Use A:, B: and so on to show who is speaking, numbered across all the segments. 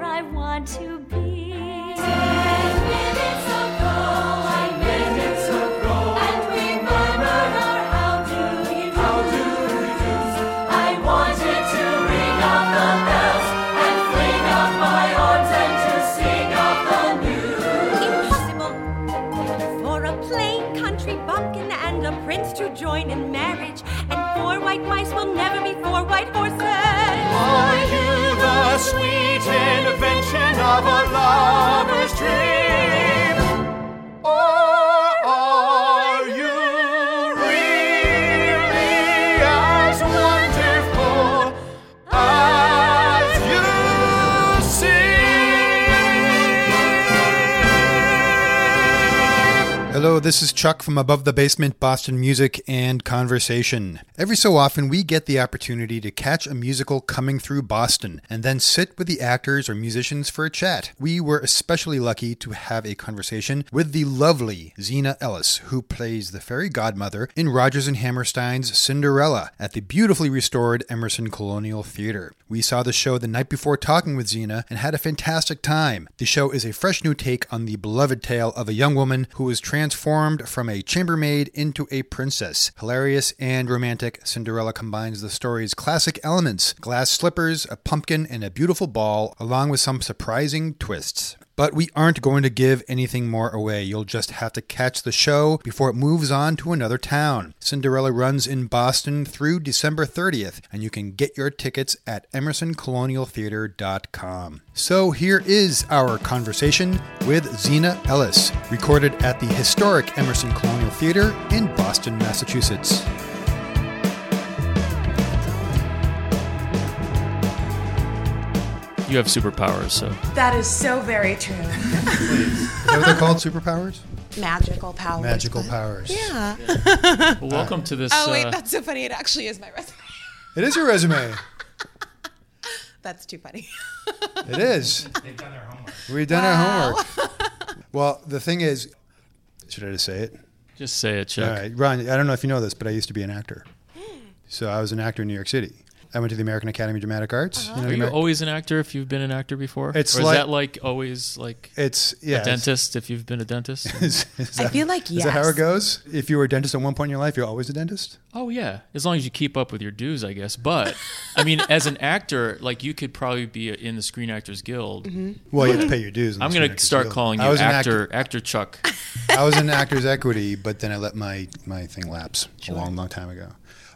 A: had to be. Impossible for a plain country bumpkin and a prince to join in marriage, and four white mice will never be four white horses.
B: Are you the sweet invention of a lover's dream? Or are you really as wonderful as you seem?
C: Hello, this is Chuck from Above the Basement Boston Music and Conversation. Every so often, we get the opportunity to catch a musical coming through Boston and then sit with the actors or musicians for a chat. We were especially lucky to have a conversation with the lovely Zena Ellis, who plays the fairy godmother in Rogers and Hammerstein's Cinderella at the beautifully restored Emerson Colonial Theater. We saw the show the night before talking with Xena and had a fantastic time. The show is a fresh new take on the beloved tale of a young woman who was transformed from a chambermaid into a princess. Hilarious and romantic, Cinderella combines the story's classic elements glass slippers, a pumpkin, and a beautiful ball, along with some surprising twists. But we aren't going to give anything more away. You'll just have to catch the show before it moves on to another town. Cinderella runs in Boston through December 30th, and you can get your tickets at emersoncolonialtheater.com. So here is our conversation with Zena Ellis, recorded at the historic Emerson Colonial Theater in Boston, Massachusetts.
D: You have superpowers, so
E: That is so very true.
C: Is that what they're called? Superpowers?
E: Magical power.
C: Magical powers.
E: Yeah.
D: well, welcome to this.
E: Oh wait,
D: uh,
E: that's so funny. It actually is my resume.
C: It is your resume.
E: That's too funny.
C: It is.
F: They've done their homework.
C: We've done our homework. Well, the thing is, should I just say it?
D: just say it, Chuck.
C: All right, Ron, I don't know if you know this, but I used to be an actor.
E: Hmm.
C: So I was an actor in New York City. I went to the American Academy of Dramatic Arts.
E: Uh-huh.
C: You know,
D: Are
C: the
D: you
C: Amer-
D: always an actor if you've been an actor before?
C: It's
D: or is
C: like-
D: that like always like
C: it's yeah. it's-
D: dentist if you've been a dentist?
C: Is, is that,
E: feel like
C: is that how
E: yes.
C: it goes? If you were a dentist at one point in your life, you're always a dentist.
D: oh yeah, as long as you keep up with your dues, I guess. But I mean, as an actor, like you could probably be in the Screen Actors Guild.
E: Mm-hmm.
C: Well, you have to pay your dues. in the
D: I'm
C: Screen
D: gonna
C: Actors
D: start
C: Guild.
D: calling
C: I
D: you
C: was an
D: actor, actor Chuck.
C: I was in Actors Equity, but then I let my my thing lapse a long, long time ago.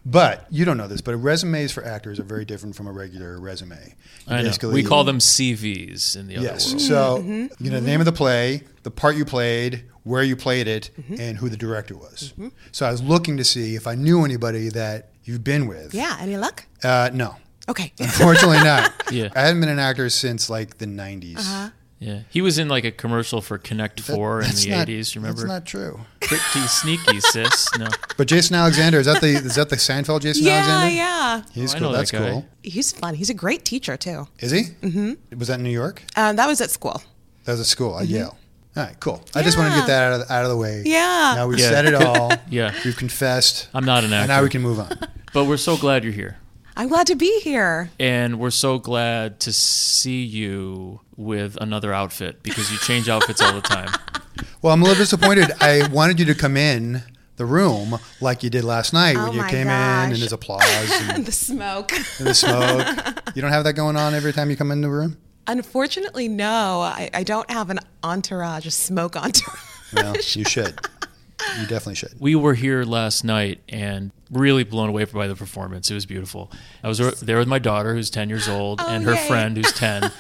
C: But you don't know this, but resumes for actors are very different from a regular resume.
D: I know.
C: Basically-
D: We call them CVs in the other
C: Yes.
D: world.
C: So
E: Mm-hmm.
C: you know, name of the play, the part you played, where you played it,
E: Mm-hmm.
C: and who the director was. So I was looking to see if I knew anybody that you've been with.
E: Yeah. Any luck?
C: Uh, no,
E: Okay.
C: unfortunately not.
D: Yeah.
C: I haven't been an actor since like the '90s.
E: Uh-huh.
D: Yeah, he was in like a commercial for Connect
C: That-
D: Four in
C: that's
D: the
C: not-
D: '80s. Remember?
C: That's not true.
D: Pretty sneaky, sis. No,
C: But Jason Alexander is that the is that the Seinfeld Jason
E: yeah.
C: Alexander?
E: Yeah.
C: He's
D: Oh, I
C: cool.
D: know that
C: That's
D: guy.
C: cool.
E: He's fun. He's a great teacher too.
C: Is he? Mm-hmm. Was that in New York?
E: Um, that was at school.
C: That was at school at Yale. All right, cool. I just wanted to get
E: Mm-hmm. Yeah.
C: that out of, out of the way.
E: Yeah.
C: Now we've
D: Yeah.
C: said it all.
D: Yeah.
C: We've confessed.
D: I'm not an
C: And now
D: actor,
C: we can move on.
D: but we're so glad you're here.
E: I'm glad to be here.
D: and we're so glad to see you with another outfit because you change outfits all the time.
C: Well, I'm a little disappointed. I wanted you to come in the room like you did last night
E: Oh
C: when you
E: my
C: came in and
E: gosh.
C: there's applause and,
E: And the smoke.
C: the smoke. You don't have that going on every time you come in the room?
E: Unfortunately, no. I, I don't have an entourage, a smoke entourage.
C: Well, you should. You definitely should.
D: We were here last night and really blown away by the performance. It was beautiful. I was there with my daughter who's 10 years old and her
E: yay.
D: friend who's 10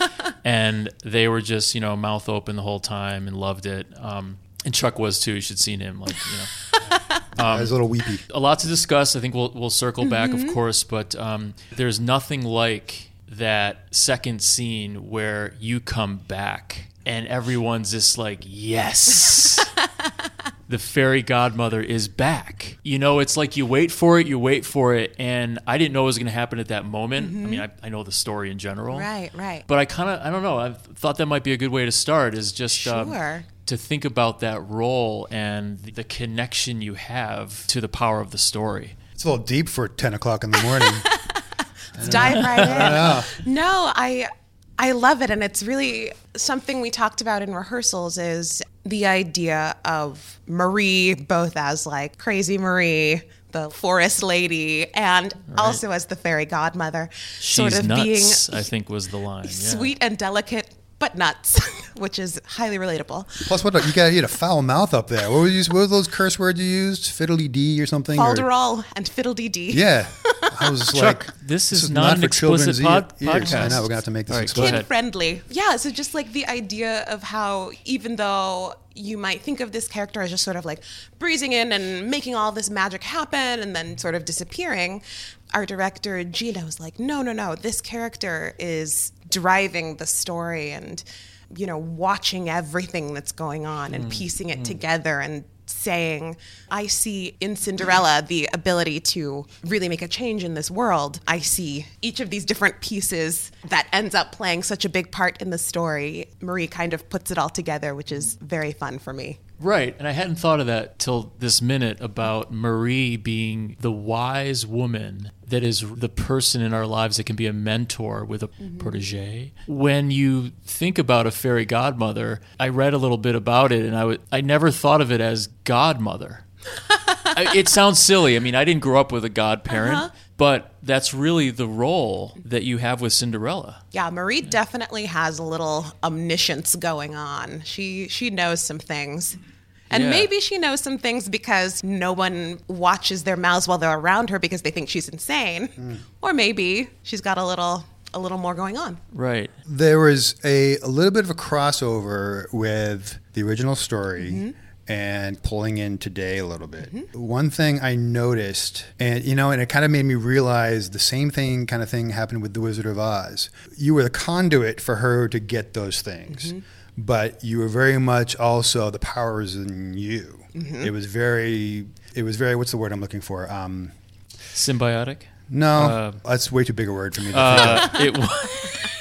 D: and they were just, you know, mouth open the whole time and loved it. Um, and Chuck was too. You should seen him like, you know. Um,
C: I was a little weepy.
D: a lot to discuss. I think we'll we'll circle back, of course, but um, there's nothing like that second scene where you come back and everyone's just like, yes. The fairy godmother is back. You know, it's like you wait for it, you wait for it, and I didn't know it was going to happen at that moment. I mean, I, I know the story in general,
E: Right, right.
D: But I kind of, I don't know. I thought that might be a good way to start. Is just um,
E: Sure.
D: to think about that role and the connection you have to the power of the story.
C: It's a little deep for 10 o'clock in the morning.
E: Let's dive right in. No, I I love it. And it's really something we talked about in rehearsals is the idea of Marie, both as like crazy Marie, the forest lady, and also as the fairy godmother,
D: She's
E: sort of
D: nuts,
E: being
D: I think was the line. yeah.
E: sweet and delicate, but nuts, which is highly relatable.
C: Plus, what you got? You had a foul mouth up there. What were, you, what were those curse words you used? Fiddly D or something? or-
E: Balderall and Fiddlededee.
C: Yeah. I was
D: Chuck,
C: like,
D: this is not an explicit pod-
C: ear- ears. I
D: podcast.
C: know, we're going to have to make this
D: All right, go
C: explicit.
E: kid
D: ahead.
E: friendly. Yeah, so just like the idea of how even though you might think of this character as just sort of like breezing in and making all this magic happen and then sort of disappearing, our director Gina was like, "No, no, no. This character is driving the story and you know, watching everything that's going on
D: Mm.
E: and piecing it together and saying, I see in Cinderella the ability to really make a change in this world. I see each of these different pieces that ends up playing such a big part in the story. Marie kind of puts it all together, which is very fun for me.
D: Right. And I hadn't thought of that till this minute about Marie being the wise woman that is the person in our lives that can be a mentor with a protege. When you think about a fairy godmother, I read a little bit about it and I would I never thought of it as godmother. I, it sounds silly. I mean, I didn't grow up with a godparent, but that's really the role that you have with Cinderella.
E: Yeah, Marie definitely has a little omniscience going on. She she knows some things. And
D: Yeah.
E: maybe she knows some things because no one watches their mouths while they're around her because they think she's insane. Or maybe she's got a little a little more going on.
D: Right.
C: there was a, a little bit of a crossover with the original story and pulling in today a little bit. One thing I noticed, and you know, and it kind of made me realize the same thing kind of thing happened with The Wizard of Oz. You were the conduit for her to get those things. But you were very much also the power is in you. It was very, it was very. What's the word I'm looking for? Um,
D: Symbiotic.
C: no, that's way too big a word for me. To
D: Uh, it,
C: think of.
D: wa-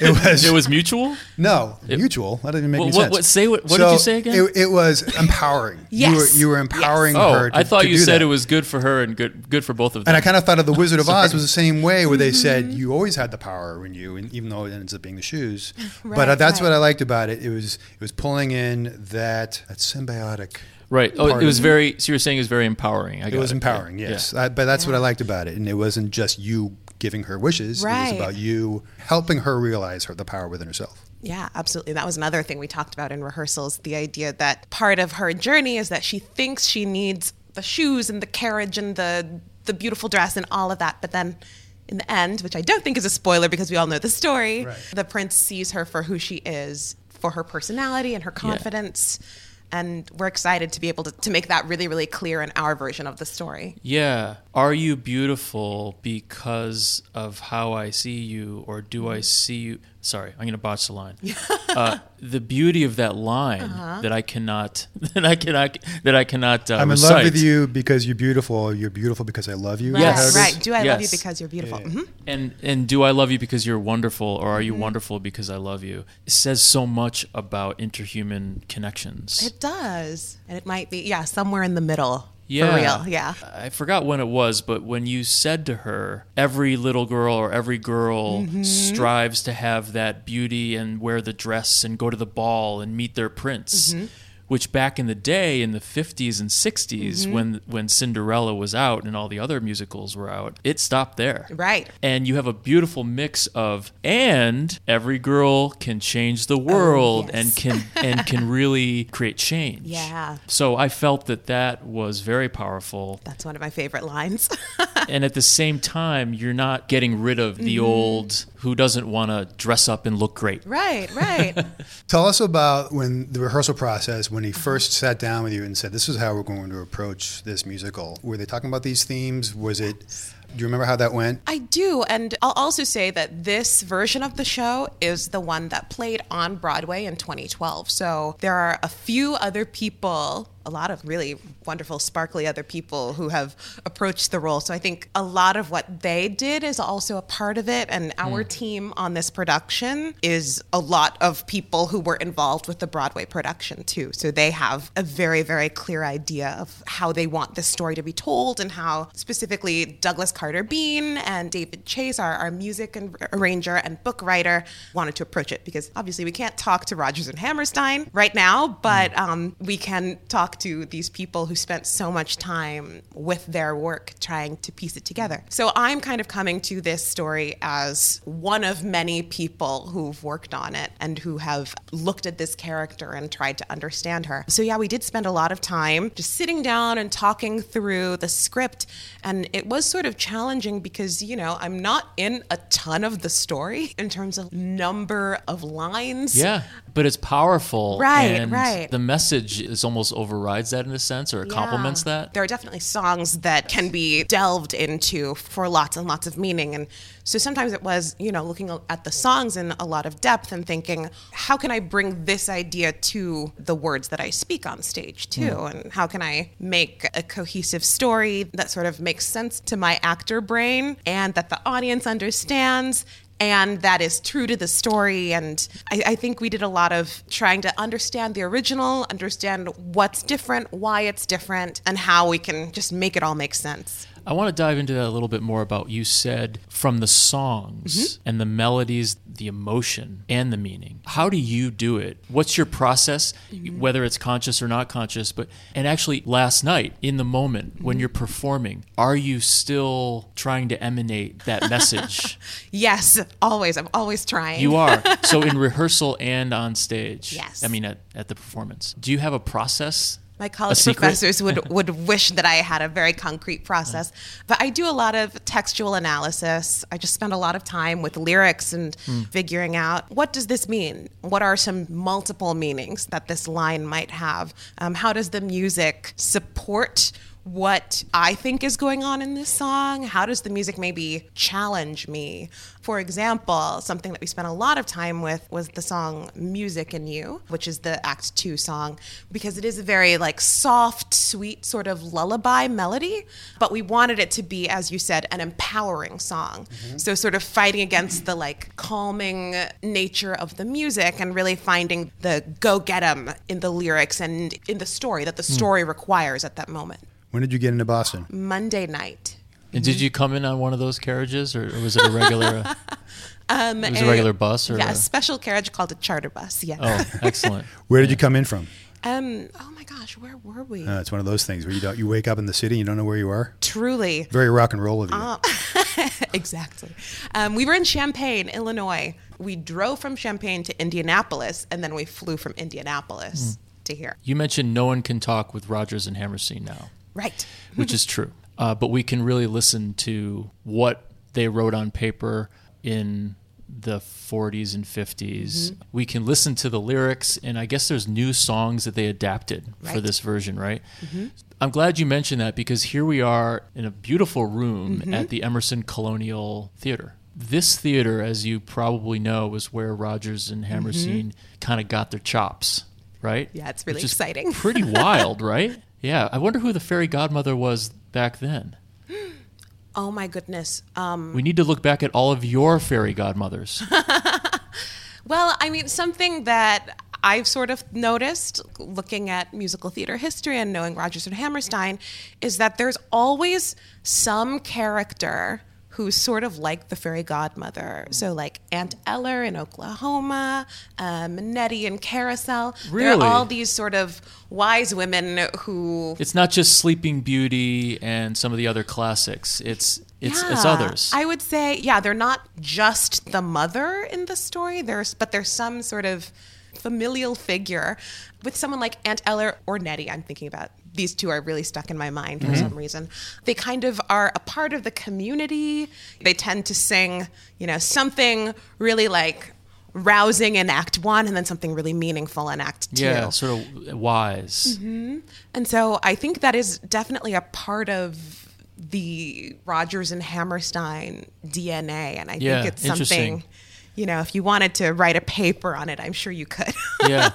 C: it was
D: it was mutual.
C: No, mutual. That didn't make
D: Wha-
C: any
D: what-
C: sense.
D: what- say what- what did you say again?
C: It, it was empowering.
E: Yes.
C: you were, you were empowering
D: Oh,
C: her. To,
D: I thought
C: to
D: you
C: do
D: said
C: that.
D: it was good for her and good good for both of them.
C: And I kind of thought of the Wizard of Oz was the same way, where they
E: Mm-hmm.
C: said you always had the power in you, and even though it ends up being the shoes. but uh,
E: Right,
C: that's
E: right.
C: what I liked about it. It was it was pulling in that that symbiotic.
D: right. Oh,
C: part
D: it was
C: of-
D: very. So you were saying it was very empowering. I
C: It was empowering, yes. I, but that's what I liked about it, and it wasn't just you giving her wishes. It
E: Right.
C: was about you helping her realize her the power within herself.
E: Yeah, absolutely. That was another thing we talked about in rehearsals the idea that part of her journey is that she thinks she needs the shoes and the carriage and the the beautiful dress and all of that, but then in the end, which I don't think is a spoiler because we all know the story,
C: Right.
E: the prince sees her for who she is, for her personality and her confidence. And we're excited to be able to, to make that really, really clear in our version of the story.
D: Yeah. Are you beautiful because of how I see you, or do I see you? Sorry, I'm gonna botch the line. uh, the beauty of that line that I cannot that I cannot that I cannot. Uh,
C: I'm in love
D: recite.
C: with you because you're beautiful. You're beautiful because I love you. Is that
D: Yes.
C: how it is?
E: Right. Do I love you
D: Yes.
E: because you're beautiful? Mhm.
D: And and do I love you because you're wonderful, or are you wonderful because I love you? It says so much about interhuman connections.
E: It does. And it might be, yeah, somewhere in the middle.
D: Yeah.
E: For real. Yeah.
D: I forgot when it was, but when you said to her, every little girl or every girl
E: Mm-hmm.
D: strives to have that beauty and wear the dress and go to the ball and meet their prince.
E: Mm-hmm.
D: Which back in the day, in the '50s and '60s,
E: Mm-hmm.
D: when when Cinderella was out and all the other musicals were out, it stopped there.
E: Right.
D: And you have a beautiful mix of and every girl can change the world
E: Oh, yes.
D: and can and can really create change.
E: Yeah.
D: So I felt that that was very powerful.
E: That's one of my favorite lines.
D: and at the same time, you're not getting rid of the old who doesn't want to dress up and look great.
E: Mm-hmm. right, right.
C: Tell us about when the rehearsal process, when he first sat down with you and said, "This is how we're going to approach this musical." Were they talking about these themes? Was it? Do you remember how that went?
E: I do. And I'll also say that this version of the show is the one that played on Broadway in 2012. So there are a few other people, a lot of really wonderful, sparkly other people who have approached the role. So I think a lot of what they did is also a part of it. And our team on this production is a lot of people who were involved with the Broadway production too. So they have a very, very clear idea of how they want this story to be told and how specifically Douglas Carter Bean and David Chase, our, our music and arranger and book writer, wanted to approach it because obviously we can't talk to Rogers and Hammerstein right now, but um, we can talk to these people who spent so much time with their work trying to piece it together. So I'm kind of coming to this story as one of many people who've worked on it and who have looked at this character and tried to understand her. So yeah, we did spend a lot of time just sitting down and talking through the script and it was sort of challenging because, you know, I'm not in a ton of the story in terms of number of lines.
D: Yeah, but it's powerful.
E: Right,
D: and
E: right.
D: The message is almost overrides that in a sense, or it
E: Yeah.
D: complements that.
E: There are definitely songs that can be delved into for lots and lots of meaning. And so sometimes it was, you know, looking at the songs in a lot of depth and thinking, how can I bring this idea to the words that I speak on stage too? And how can I make a cohesive story that sort of makes sense to my actor brain and that the audience understands and that is true to the story. And I, I think we did a lot of trying to understand the original, understand what's different, why it's different, and how we can just make it all make sense.
D: I want to dive into that a little bit more about you said from the songs and the melodies, the emotion and the meaning. How do you do it? What's your process, whether it's conscious or not conscious? But and actually, last night in the moment when you're performing, are you still trying to emanate that message?
E: Yes, always. I'm always trying.
D: you are so in rehearsal and on stage.
E: Yes.
D: I mean at, at the performance. Do you have a process?
E: My
D: A
E: college
D: secret?
E: professors would, would wish that I had a very concrete process. But I do a lot of textual analysis. I just spend a lot of time with lyrics and
D: Hmm.
E: figuring out what does this mean? What are some multiple meanings that this line might have? Um, how does the music support what I think is going on in this song? How does the music maybe challenge me? For example, something that we spent a lot of time with was the song Music in You, which is the Act Two song, because it is a very like soft, sweet sort of lullaby melody, but we wanted it to be, as you said, an empowering song. So, sort of fighting against the like calming nature of the music and really finding the go get 'em in the lyrics and in the story that the story requires at that moment.
C: When did you get into Boston?
E: Monday night.
D: And did you come in on one of those carriages, or, or was it a regular? um, it was a
E: a-
D: regular bus, or
E: Yeah,
D: a-
E: a special carriage called a charter bus. Yeah.
D: Oh, excellent.
C: Where did you come in from?
E: Um. Oh my gosh, where were we?
C: Uh, it's one of those things where you don't, you wake up in the city and you don't know where you are.
E: Truly.
C: Very rock and roll of you.
E: exactly. Um, we were in Champaign, Illinois. We drove from Champaign to Indianapolis, and then we flew from Indianapolis to here.
D: You mentioned no one can talk with Rogers and Hammerstein now,
E: Right.
D: which is true. Uh, but we can really listen to what they wrote on paper in the 40s and 50s. We can listen to the lyrics, and I guess there's new songs that they adapted for
E: Right.
D: this version, right? I'm glad you mentioned that because here we are in a beautiful room
E: Mm-hmm.
D: at the Emerson Colonial Theater. This theater, as you probably know, was where Rogers and Hammerstein kind of got their chops, right?
E: Mm-hmm. Yeah, it's really
D: Which is
E: exciting.
D: pretty wild, right? Yeah, I wonder who the fairy godmother was back then.
E: Oh my goodness. Um,
D: We need to look back at all of your fairy godmothers.
E: well, I mean, something that I've sort of noticed looking at musical theater history and knowing Rodgers and Hammerstein is that there's always some character who's sort of like the fairy godmother. So, like Aunt Eller in Oklahoma, um, Nettie in Carousel. There
D: Really?
E: are all these sort of wise women who
D: it's not just Sleeping Beauty and some of the other classics. It's it's it's
E: Yeah.
D: others.
E: I would say, yeah, they're not just the mother in the story. There's, but there's some sort of familial figure with someone like Aunt Eller or Nettie. I'm thinking about these two are really stuck in my mind for
D: Mm-hmm.
E: some reason. They kind of are a part of the community. They tend to sing, you know, something really like rousing in Act One, and then something really meaningful in Act Two.
D: yeah, sort of wise.
E: And so I think that is definitely a part of the Rogers and Hammerstein DNA. And I
D: Yeah,
E: think it's
D: interesting.
E: something, you know, if you wanted to write a paper on it, I'm sure you could.
D: yeah.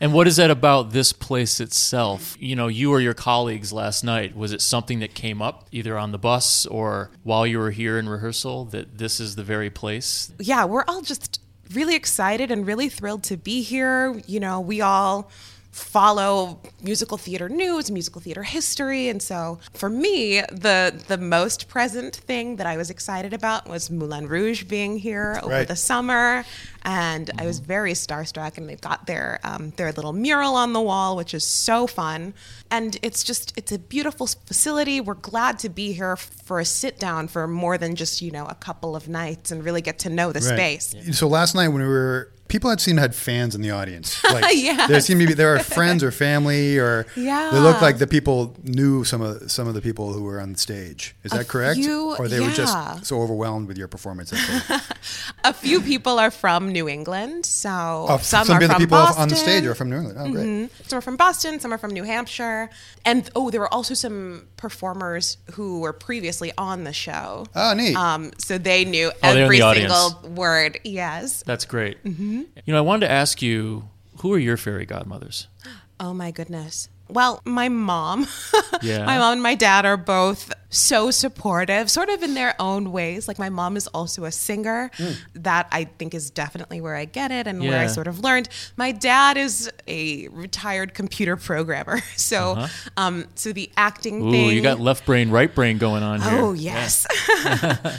D: And what is that about this place itself? You know, you or your colleagues last night, was it something that came up either on the bus or while you were here in rehearsal that this is the very place?
E: yeah, we're all just really excited and really thrilled to be here. You know, we all follow musical theater news, musical theater history. And so for me, the the most present thing that I was excited about was Moulin Rouge being here over
C: Right.
E: the summer. And I was very starstruck, and they've got their um, their little mural on the wall, which is so fun. And it's just it's a beautiful s- facility. We're glad to be here f- for a sit down for more than just you know a couple of nights and really get to know the
C: Right.
E: space.
C: So last night when we were, people I'd seen had fans in the audience. Like,
E: Yes.
C: there seemed to be there are friends or family or they
E: Yeah.
C: looked like the people knew some of some of the people who were on stage. Is that correct?
E: few-
C: or they were
E: yeah.
C: just so overwhelmed with your performance. That they,
E: A few people are from New England, so
C: Oh,
E: some,
C: some
E: are
C: of the
E: from
C: people
E: Boston. Mm-hmm.
C: on the stage are from New England. Oh, great.
E: Some are from Boston, some are from New Hampshire, and oh, there were also some performers who were previously on the show.
C: Oh, neat.
E: Um, so they knew
D: Oh, they were in
E: every
D: the
E: single
D: audience.
E: word. Yes.
D: That's great.
E: Mm-hmm.
D: You know, I wanted to ask you, who are your fairy godmothers?
E: Oh my goodness. Well, my mom,
D: Yeah.
E: my mom and my dad are both so supportive, sort of in their own ways. Like my mom is also a singer. That I think is definitely where I get it and where I
D: Hmm. Yeah.
E: sort of learned. My dad is a retired computer programmer, so um, so the acting
D: Uh-huh. Ooh,
E: thing.
D: you got left brain, right brain going on here.
E: Oh yes,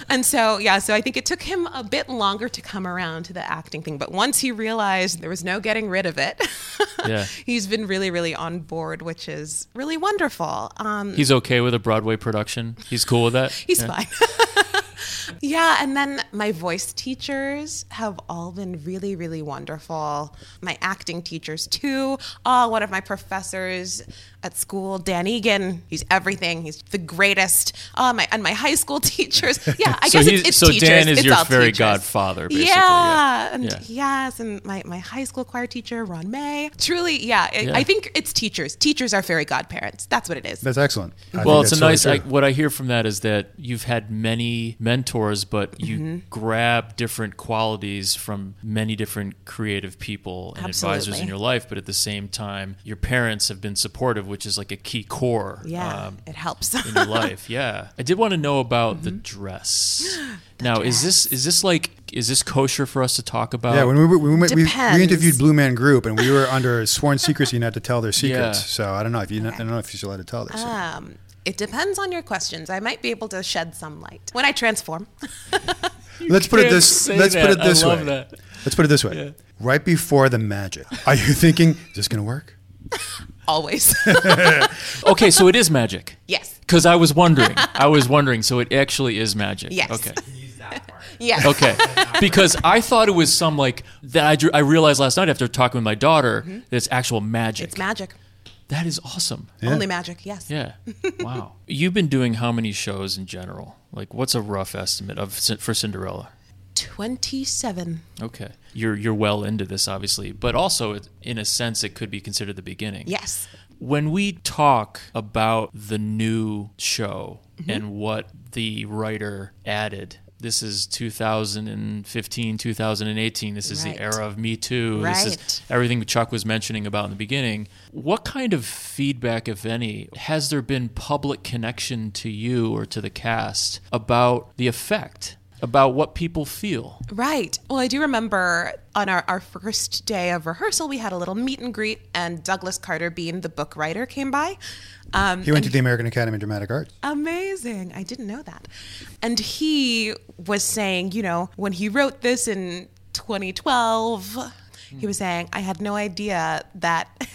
E: and so yeah, so I think it took him a bit longer to come around to the acting thing, but once he realized there was no getting rid of it,
D: Yeah.
E: he's been really, really on board, which is really wonderful. Um,
D: He's okay with a Broadway production. He's cool with that.
E: he's fine. yeah, and then my voice teachers have all been really, really wonderful. My acting teachers too. Oh, one of my professors at school, Dan Egan. He's everything. He's the greatest. Oh, my and my high school teachers. Yeah, I
D: So
E: guess
D: he's-
E: it's, it's
D: so Dan
E: teachers.
D: is
E: It's
D: your
E: all
D: fairy
E: teachers.
D: godfather, basically,
E: Yeah,
D: yeah.
E: and
D: Yeah.
E: yes, and my my high school choir teacher, Ron May. Truly, yeah, it,
D: Yeah.
E: I think it's teachers. Teachers are fairy godparents. That's what it is.
C: That's excellent. I think
D: well,
C: that's
D: it's a
C: totally
D: nice. I,
C: true.
D: what I hear from that is that you've had many mentors, but you grab different qualities from many different creative people and advisors in
E: Absolutely.
D: your life. But at the same time, your parents have been supportive, which is like a key core.
E: Yeah,
D: um,
E: it helps.
D: in your life. Yeah, I did want to know about the Mm-hmm. dress. now, is this is this like is this kosher for us to talk about?
C: yeah, when we, were- we, went- we, we
E: Depends.
C: interviewed Blue Man Group and we were under sworn secrecy not to tell their secrets.
D: Yeah.
C: So I don't know if you I don't know if you're allowed to tell their secrets.
E: Um, it depends on your questions. I might be able to shed some light when I transform.
C: let's put it
D: can't
C: this.
D: say
C: Let's put
D: that.
C: it this
D: I love
C: way.
D: that.
C: Let's put it this way. Right before the magic, are you thinking is this going to work?
E: Always.
D: okay, so it is magic.
E: yes.
D: Because I was wondering, I was wondering. So it actually is magic.
E: Yes.
D: Okay.
E: Yes.
D: Okay. because I thought it was some like that. I drew, I realized last night after talking with my daughter that it's actual magic.
E: It's magic.
D: that is awesome.
E: Only magic. Yes.
D: Yeah. Wow. You've been doing how many shows in general? Like, what's a rough estimate of Cin- for Cinderella?
E: 27.
D: Okay. You're you're well into this, obviously, but also it, in a sense, it could be considered the beginning.
E: Yes.
D: When we talk about the new show
E: Mm-hmm.
D: and what the writer added, this is 2015, 2018. This is
E: Right.
D: the era of Me Too. This
E: Right.
D: is everything Chuck was mentioning about in the beginning. What kind of feedback, if any, has there been public connection to you or to the cast about the effect, about what people feel?
E: Right. Well, I do remember on our, our first day of rehearsal, we had a little meet and greet, and Douglas Carter Bean, the book writer, came by. Um,
C: He went to the American Academy of Dramatic Arts.
D: Mm-hmm.
E: Amazing. I didn't know that. And he was saying, you know, when he wrote this in 2012, he was saying, I had no idea that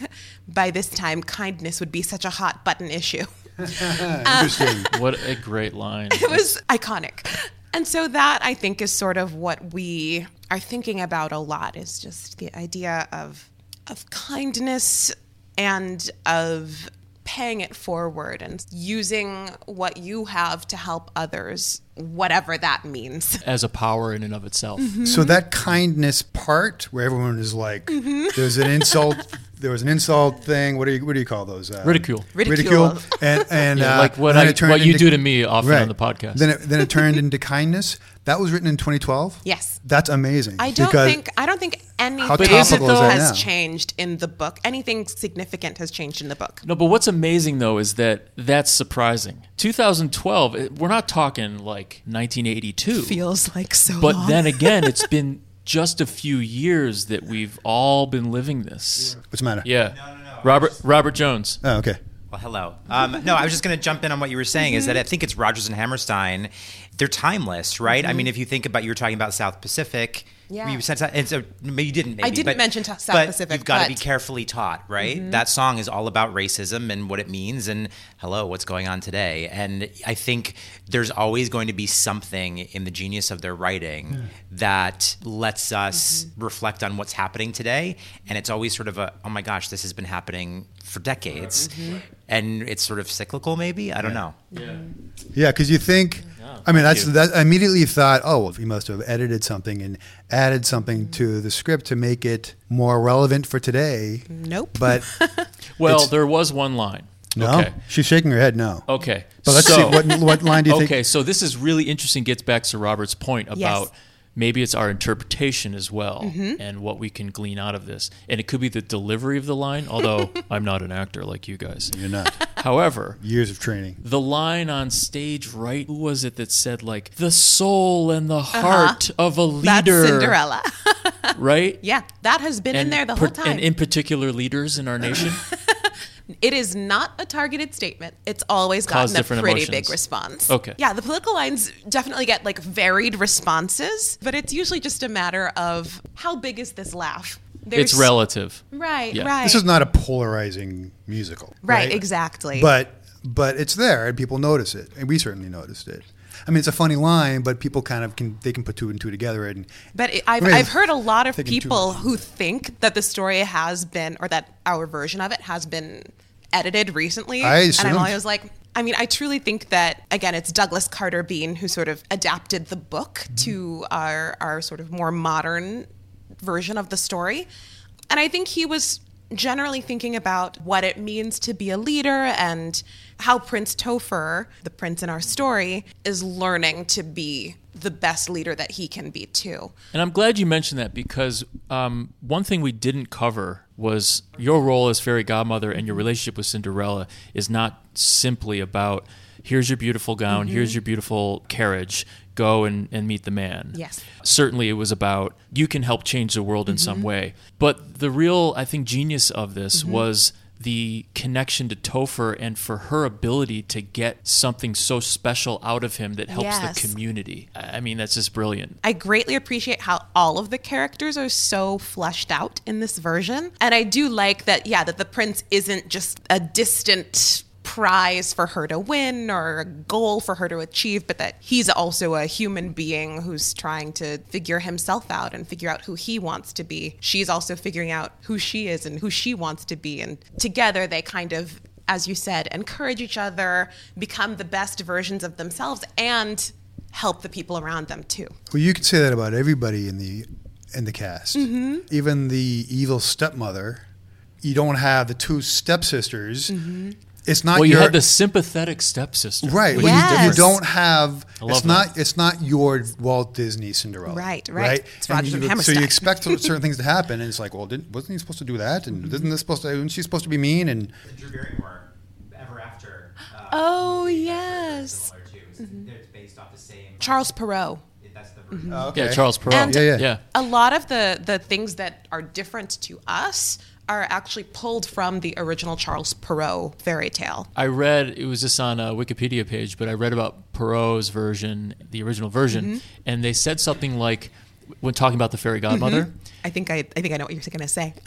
E: by this time kindness would be such a hot button issue.
C: Interesting.
D: What a great line.
E: It was iconic. And so that I think is sort of what we are thinking about a lot is just the idea of of kindness and of paying it forward and using what you have to help others, whatever that means.
D: as a power in and of itself.
E: Mm-hmm.
C: so that kindness part where everyone is like,
D: Mm-hmm.
C: there's an insult. There was an insult thing. What do you what do you call those? Uh,
D: Ridicule.
E: Ridicule.
C: And and
D: Yeah,
C: uh,
D: like what
C: then
D: I-
C: it turned
D: what you
C: into-
D: do to me often on the podcast.
C: Then it, then it turned into kindness. That was written in 2012.
E: Yes.
C: that's amazing.
E: I don't
C: because-
E: think I don't think anything
C: But is it topical is though- that
E: has
C: now?
E: changed in the book. Anything significant has changed in the book.
D: No, but what's amazing though is that that's surprising. 2012, it- we're not talking like 1982.
E: Feels like so
D: but
E: long.
D: then again, it's been just a few years that we've all been living this.
C: What's the matter?
D: Yeah.
B: No, no, no.
D: Robert Robert Jones.
C: Oh, okay.
F: Well, hello. Um, no, I was just going to jump in on what you were saying. Is that I think it's Rogers and Hammerstein. They're timeless, right? I mean, if you think about, you were talking about South Pacific.
E: Yeah.
F: You said, and so maybe you didn't. Maybe,
E: I didn't
F: but-
E: mention Ta- South
F: but
E: Pacific,
F: You've got
E: but- Mm-hmm.
F: to be carefully taught, right? That song is all about racism and what it means, and hello, what's going on today? And I think there's always going to be something in the genius of their writing that lets us
E: Mm-hmm.
F: reflect on what's happening today, and it's always sort of a, oh my gosh, this has been happening for decades,
E: Mm-hmm.
F: and it's sort of cyclical, maybe. I don't know.
C: Yeah, because you think. I mean, that's that. I immediately thought, oh, well, he must have edited something and added
D: Mm-hmm.
C: something to the script to make it more relevant for today.
D: Mm-hmm.
E: Nope.
C: But
D: Well,
C: It's-
D: there was one line.
C: no,
D: Okay.
C: she's shaking her head no.
D: Okay.
C: But let's
D: so,
C: see what what line do you
D: Okay,
C: think?
D: so this is really interesting. Gets back to Robert's point about maybe it's our interpretation as well
E: Mm-hmm.
D: and what we can glean out of this. And it could be the delivery of the line, although I'm not an actor like you guys.
C: You're not.
D: However,
C: Years of training.
D: the line on stage, right? Who was it that said, like, the soul and the heart of a leader?
E: Uh-huh. That's Cinderella.
D: Right?
E: yeah, that has been in there the whole
D: per-
E: time.
D: And in particular, leaders in our nation.
E: It is not a targeted statement. It's always
D: Cause
E: gotten a
D: different
E: pretty
D: emotions.
E: big response.
D: Okay.
E: Yeah, the political lines definitely get like varied responses, but it's usually just a matter of how big is this laugh? There's,
D: it's relative.
E: Right,
D: Yeah.
E: right.
C: This is not a polarizing musical.
E: right, exactly.
C: But but it's there and people notice it, and we certainly noticed it. I mean, it's a funny line, but people kind of can they can put two and two together and
E: But it, I've,
C: Wait,
E: I've heard a lot of
C: thinking too
E: people
C: much.
E: who think that the story has been, or that our version of it has been edited recently.
C: I
E: and
C: assumed.
E: I'm always like, I mean, I truly think that, again, it's Douglas Carter Bean who sort of adapted the book to our, our sort of more modern version of the story. And I think he was generally thinking about what it means to be a leader and how Prince Topher, the prince in our story, is learning to be the best leader that he can be too.
D: And I'm glad you mentioned that because um, one thing we didn't cover was your role as fairy godmother and your relationship with Cinderella is not simply about here's your beautiful gown,
E: Mm-hmm.
D: here's your beautiful carriage, go and, and meet the man.
E: Yes.
D: Certainly, it was about you can help change the world in
E: Mm-hmm.
D: some way. But the real, I think, genius of this was the connection to Topher and for her ability to get something so special out of him that helps
E: Yes.
D: the community. I I mean, that's just brilliant.
E: I greatly appreciate how all of the characters are so fleshed out in this version. And I do like that, yeah, that the prince isn't just a distant prize for her to win or a goal for her to achieve, but that he's also a human being who's trying to figure himself out and figure out who he wants to be. She's also figuring out who she is and who she wants to be. And together they kind of as you said, encourage each other, become the best versions of themselves, and help the people around them too.
C: Well, you could say that about everybody in the in the cast.
E: Mm-hmm.
C: Even the evil stepmother. You don't have the two stepsisters.
E: Mm-hmm.
C: It's not
D: Well, you
C: your
D: had the sympathetic stepsister,
C: right.
D: which
C: when you-
D: is
C: You,
E: Yes.
D: different.
C: don't have.
D: love
C: It's not. It's not your Walt Disney Cinderella.
E: Right, right. It's
C: And
E: Rodgers
C: you-
E: and
C: so you
E: Hammerstein.
C: expect certain things to happen, and it's like, well, didn't, wasn't he supposed to do that? And isn't this supposed to? Isn't she supposed to be mean? And
F: Drew Barrymore, Ever After. uh,
E: Oh yes, Mm-hmm.
F: It's based off the same.
E: Charles Perrault.
F: That's
E: Mm-hmm.
F: the
D: Yeah, Charles Perrault.
E: And-
C: Yeah, yeah.
E: A lot of the the things that are different to us are actually pulled from the original Charles Perrault fairy tale.
D: I read it was just on a Wikipedia page, but I read about Perrault's version, the original version,
E: Mm-hmm.
D: and they said something like, when talking about the fairy godmother,
E: I think I, I think I know what you're going to say.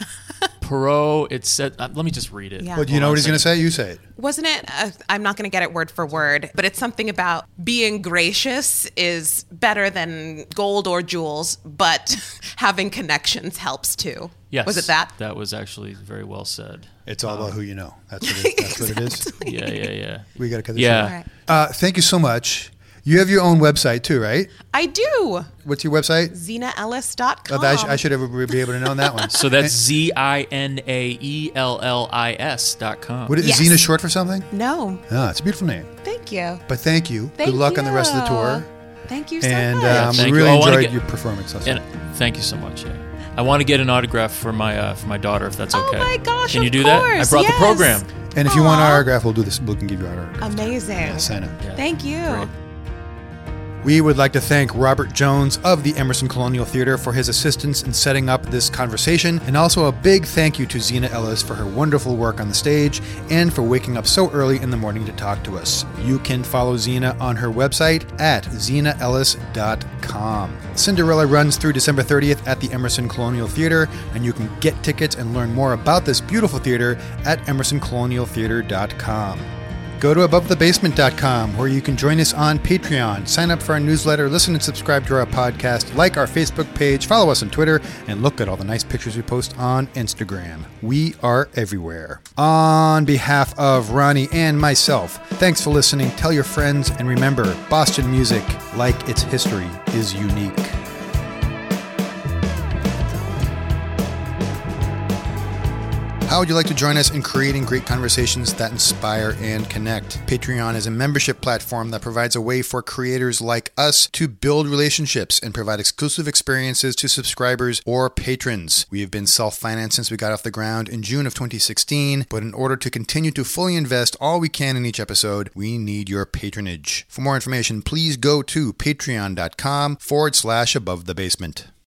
D: Perrault. It said, uh, let me just read it.
E: Yeah.
C: But do you know what he's going to say? You say it.
E: Wasn't it? Uh, I'm not going to get it word for word, but it's something about being gracious is better than gold or jewels, but having connections helps too.
D: Yes,
E: Was it that?
D: That was actually very well said.
C: It's all about who you know. That's what it, that's what it is.
D: Yeah, yeah, yeah.
C: We got to cut this.
D: Yeah.
C: short.
E: All right.
C: Uh, thank you so much. You have your own website too, right?
E: I do.
C: What's your website?
E: ZinaEllis.com.
C: Oh, that I, sh- I should ever be able to know that one.
D: So that's Z I N A E L L I S dot com.
C: What is
E: Yes.
C: Xena short for something?
E: No,
C: Ah, it's a beautiful name.
E: thank you.
C: But thank you.
E: Thank
C: Good luck on the rest of the
E: you.
C: tour.
E: Thank you so
C: And
E: much.
C: um, we
D: Thank you. Oh,
C: really
D: I wanna
C: enjoyed
D: get-
C: your performance. That's
D: and
C: all.
D: thank you so much. yeah. I want to get an autograph for my uh, for my daughter if that's
E: Oh
D: okay.
E: my gosh,
D: Can you
E: of
D: do that? I
E: course,
D: brought
E: yes.
D: the program.
C: and if you want
E: Aw.
C: our autograph, we'll do this. We can give you our autograph.
E: Amazing.
C: Sign up.
E: Thank you.
D: Great.
C: We would like to thank Robert Jones of the Emerson Colonial Theater for his assistance in setting up this conversation, and also a big thank you to Zena Ellis for her wonderful work on the stage and for waking up so early in the morning to talk to us. You can follow Zena on her website at zenaellis.com. Cinderella runs through December 30th at the Emerson Colonial Theater, and you can get tickets and learn more about this beautiful theater at emersoncolonialtheater.com. Go to AboveTheBasement.com where you can join us on Patreon, sign up for our newsletter, listen and subscribe to our podcast, like our Facebook page, follow us on Twitter, and look at all the nice pictures we post on Instagram. We are everywhere. On behalf of Ronnie and myself, thanks for listening. Tell your friends, and remember Boston music, like its history, is unique. How would you like to join us in creating great conversations that inspire and connect? Patreon is a membership platform that provides a way for creators like us to build relationships and provide exclusive experiences to subscribers or patrons. We have been self financed since we got off the ground in June of 2016, but in order to continue to fully invest all we can in each episode, we need your patronage. For more information, please go to patreon.com forward slash above the basement.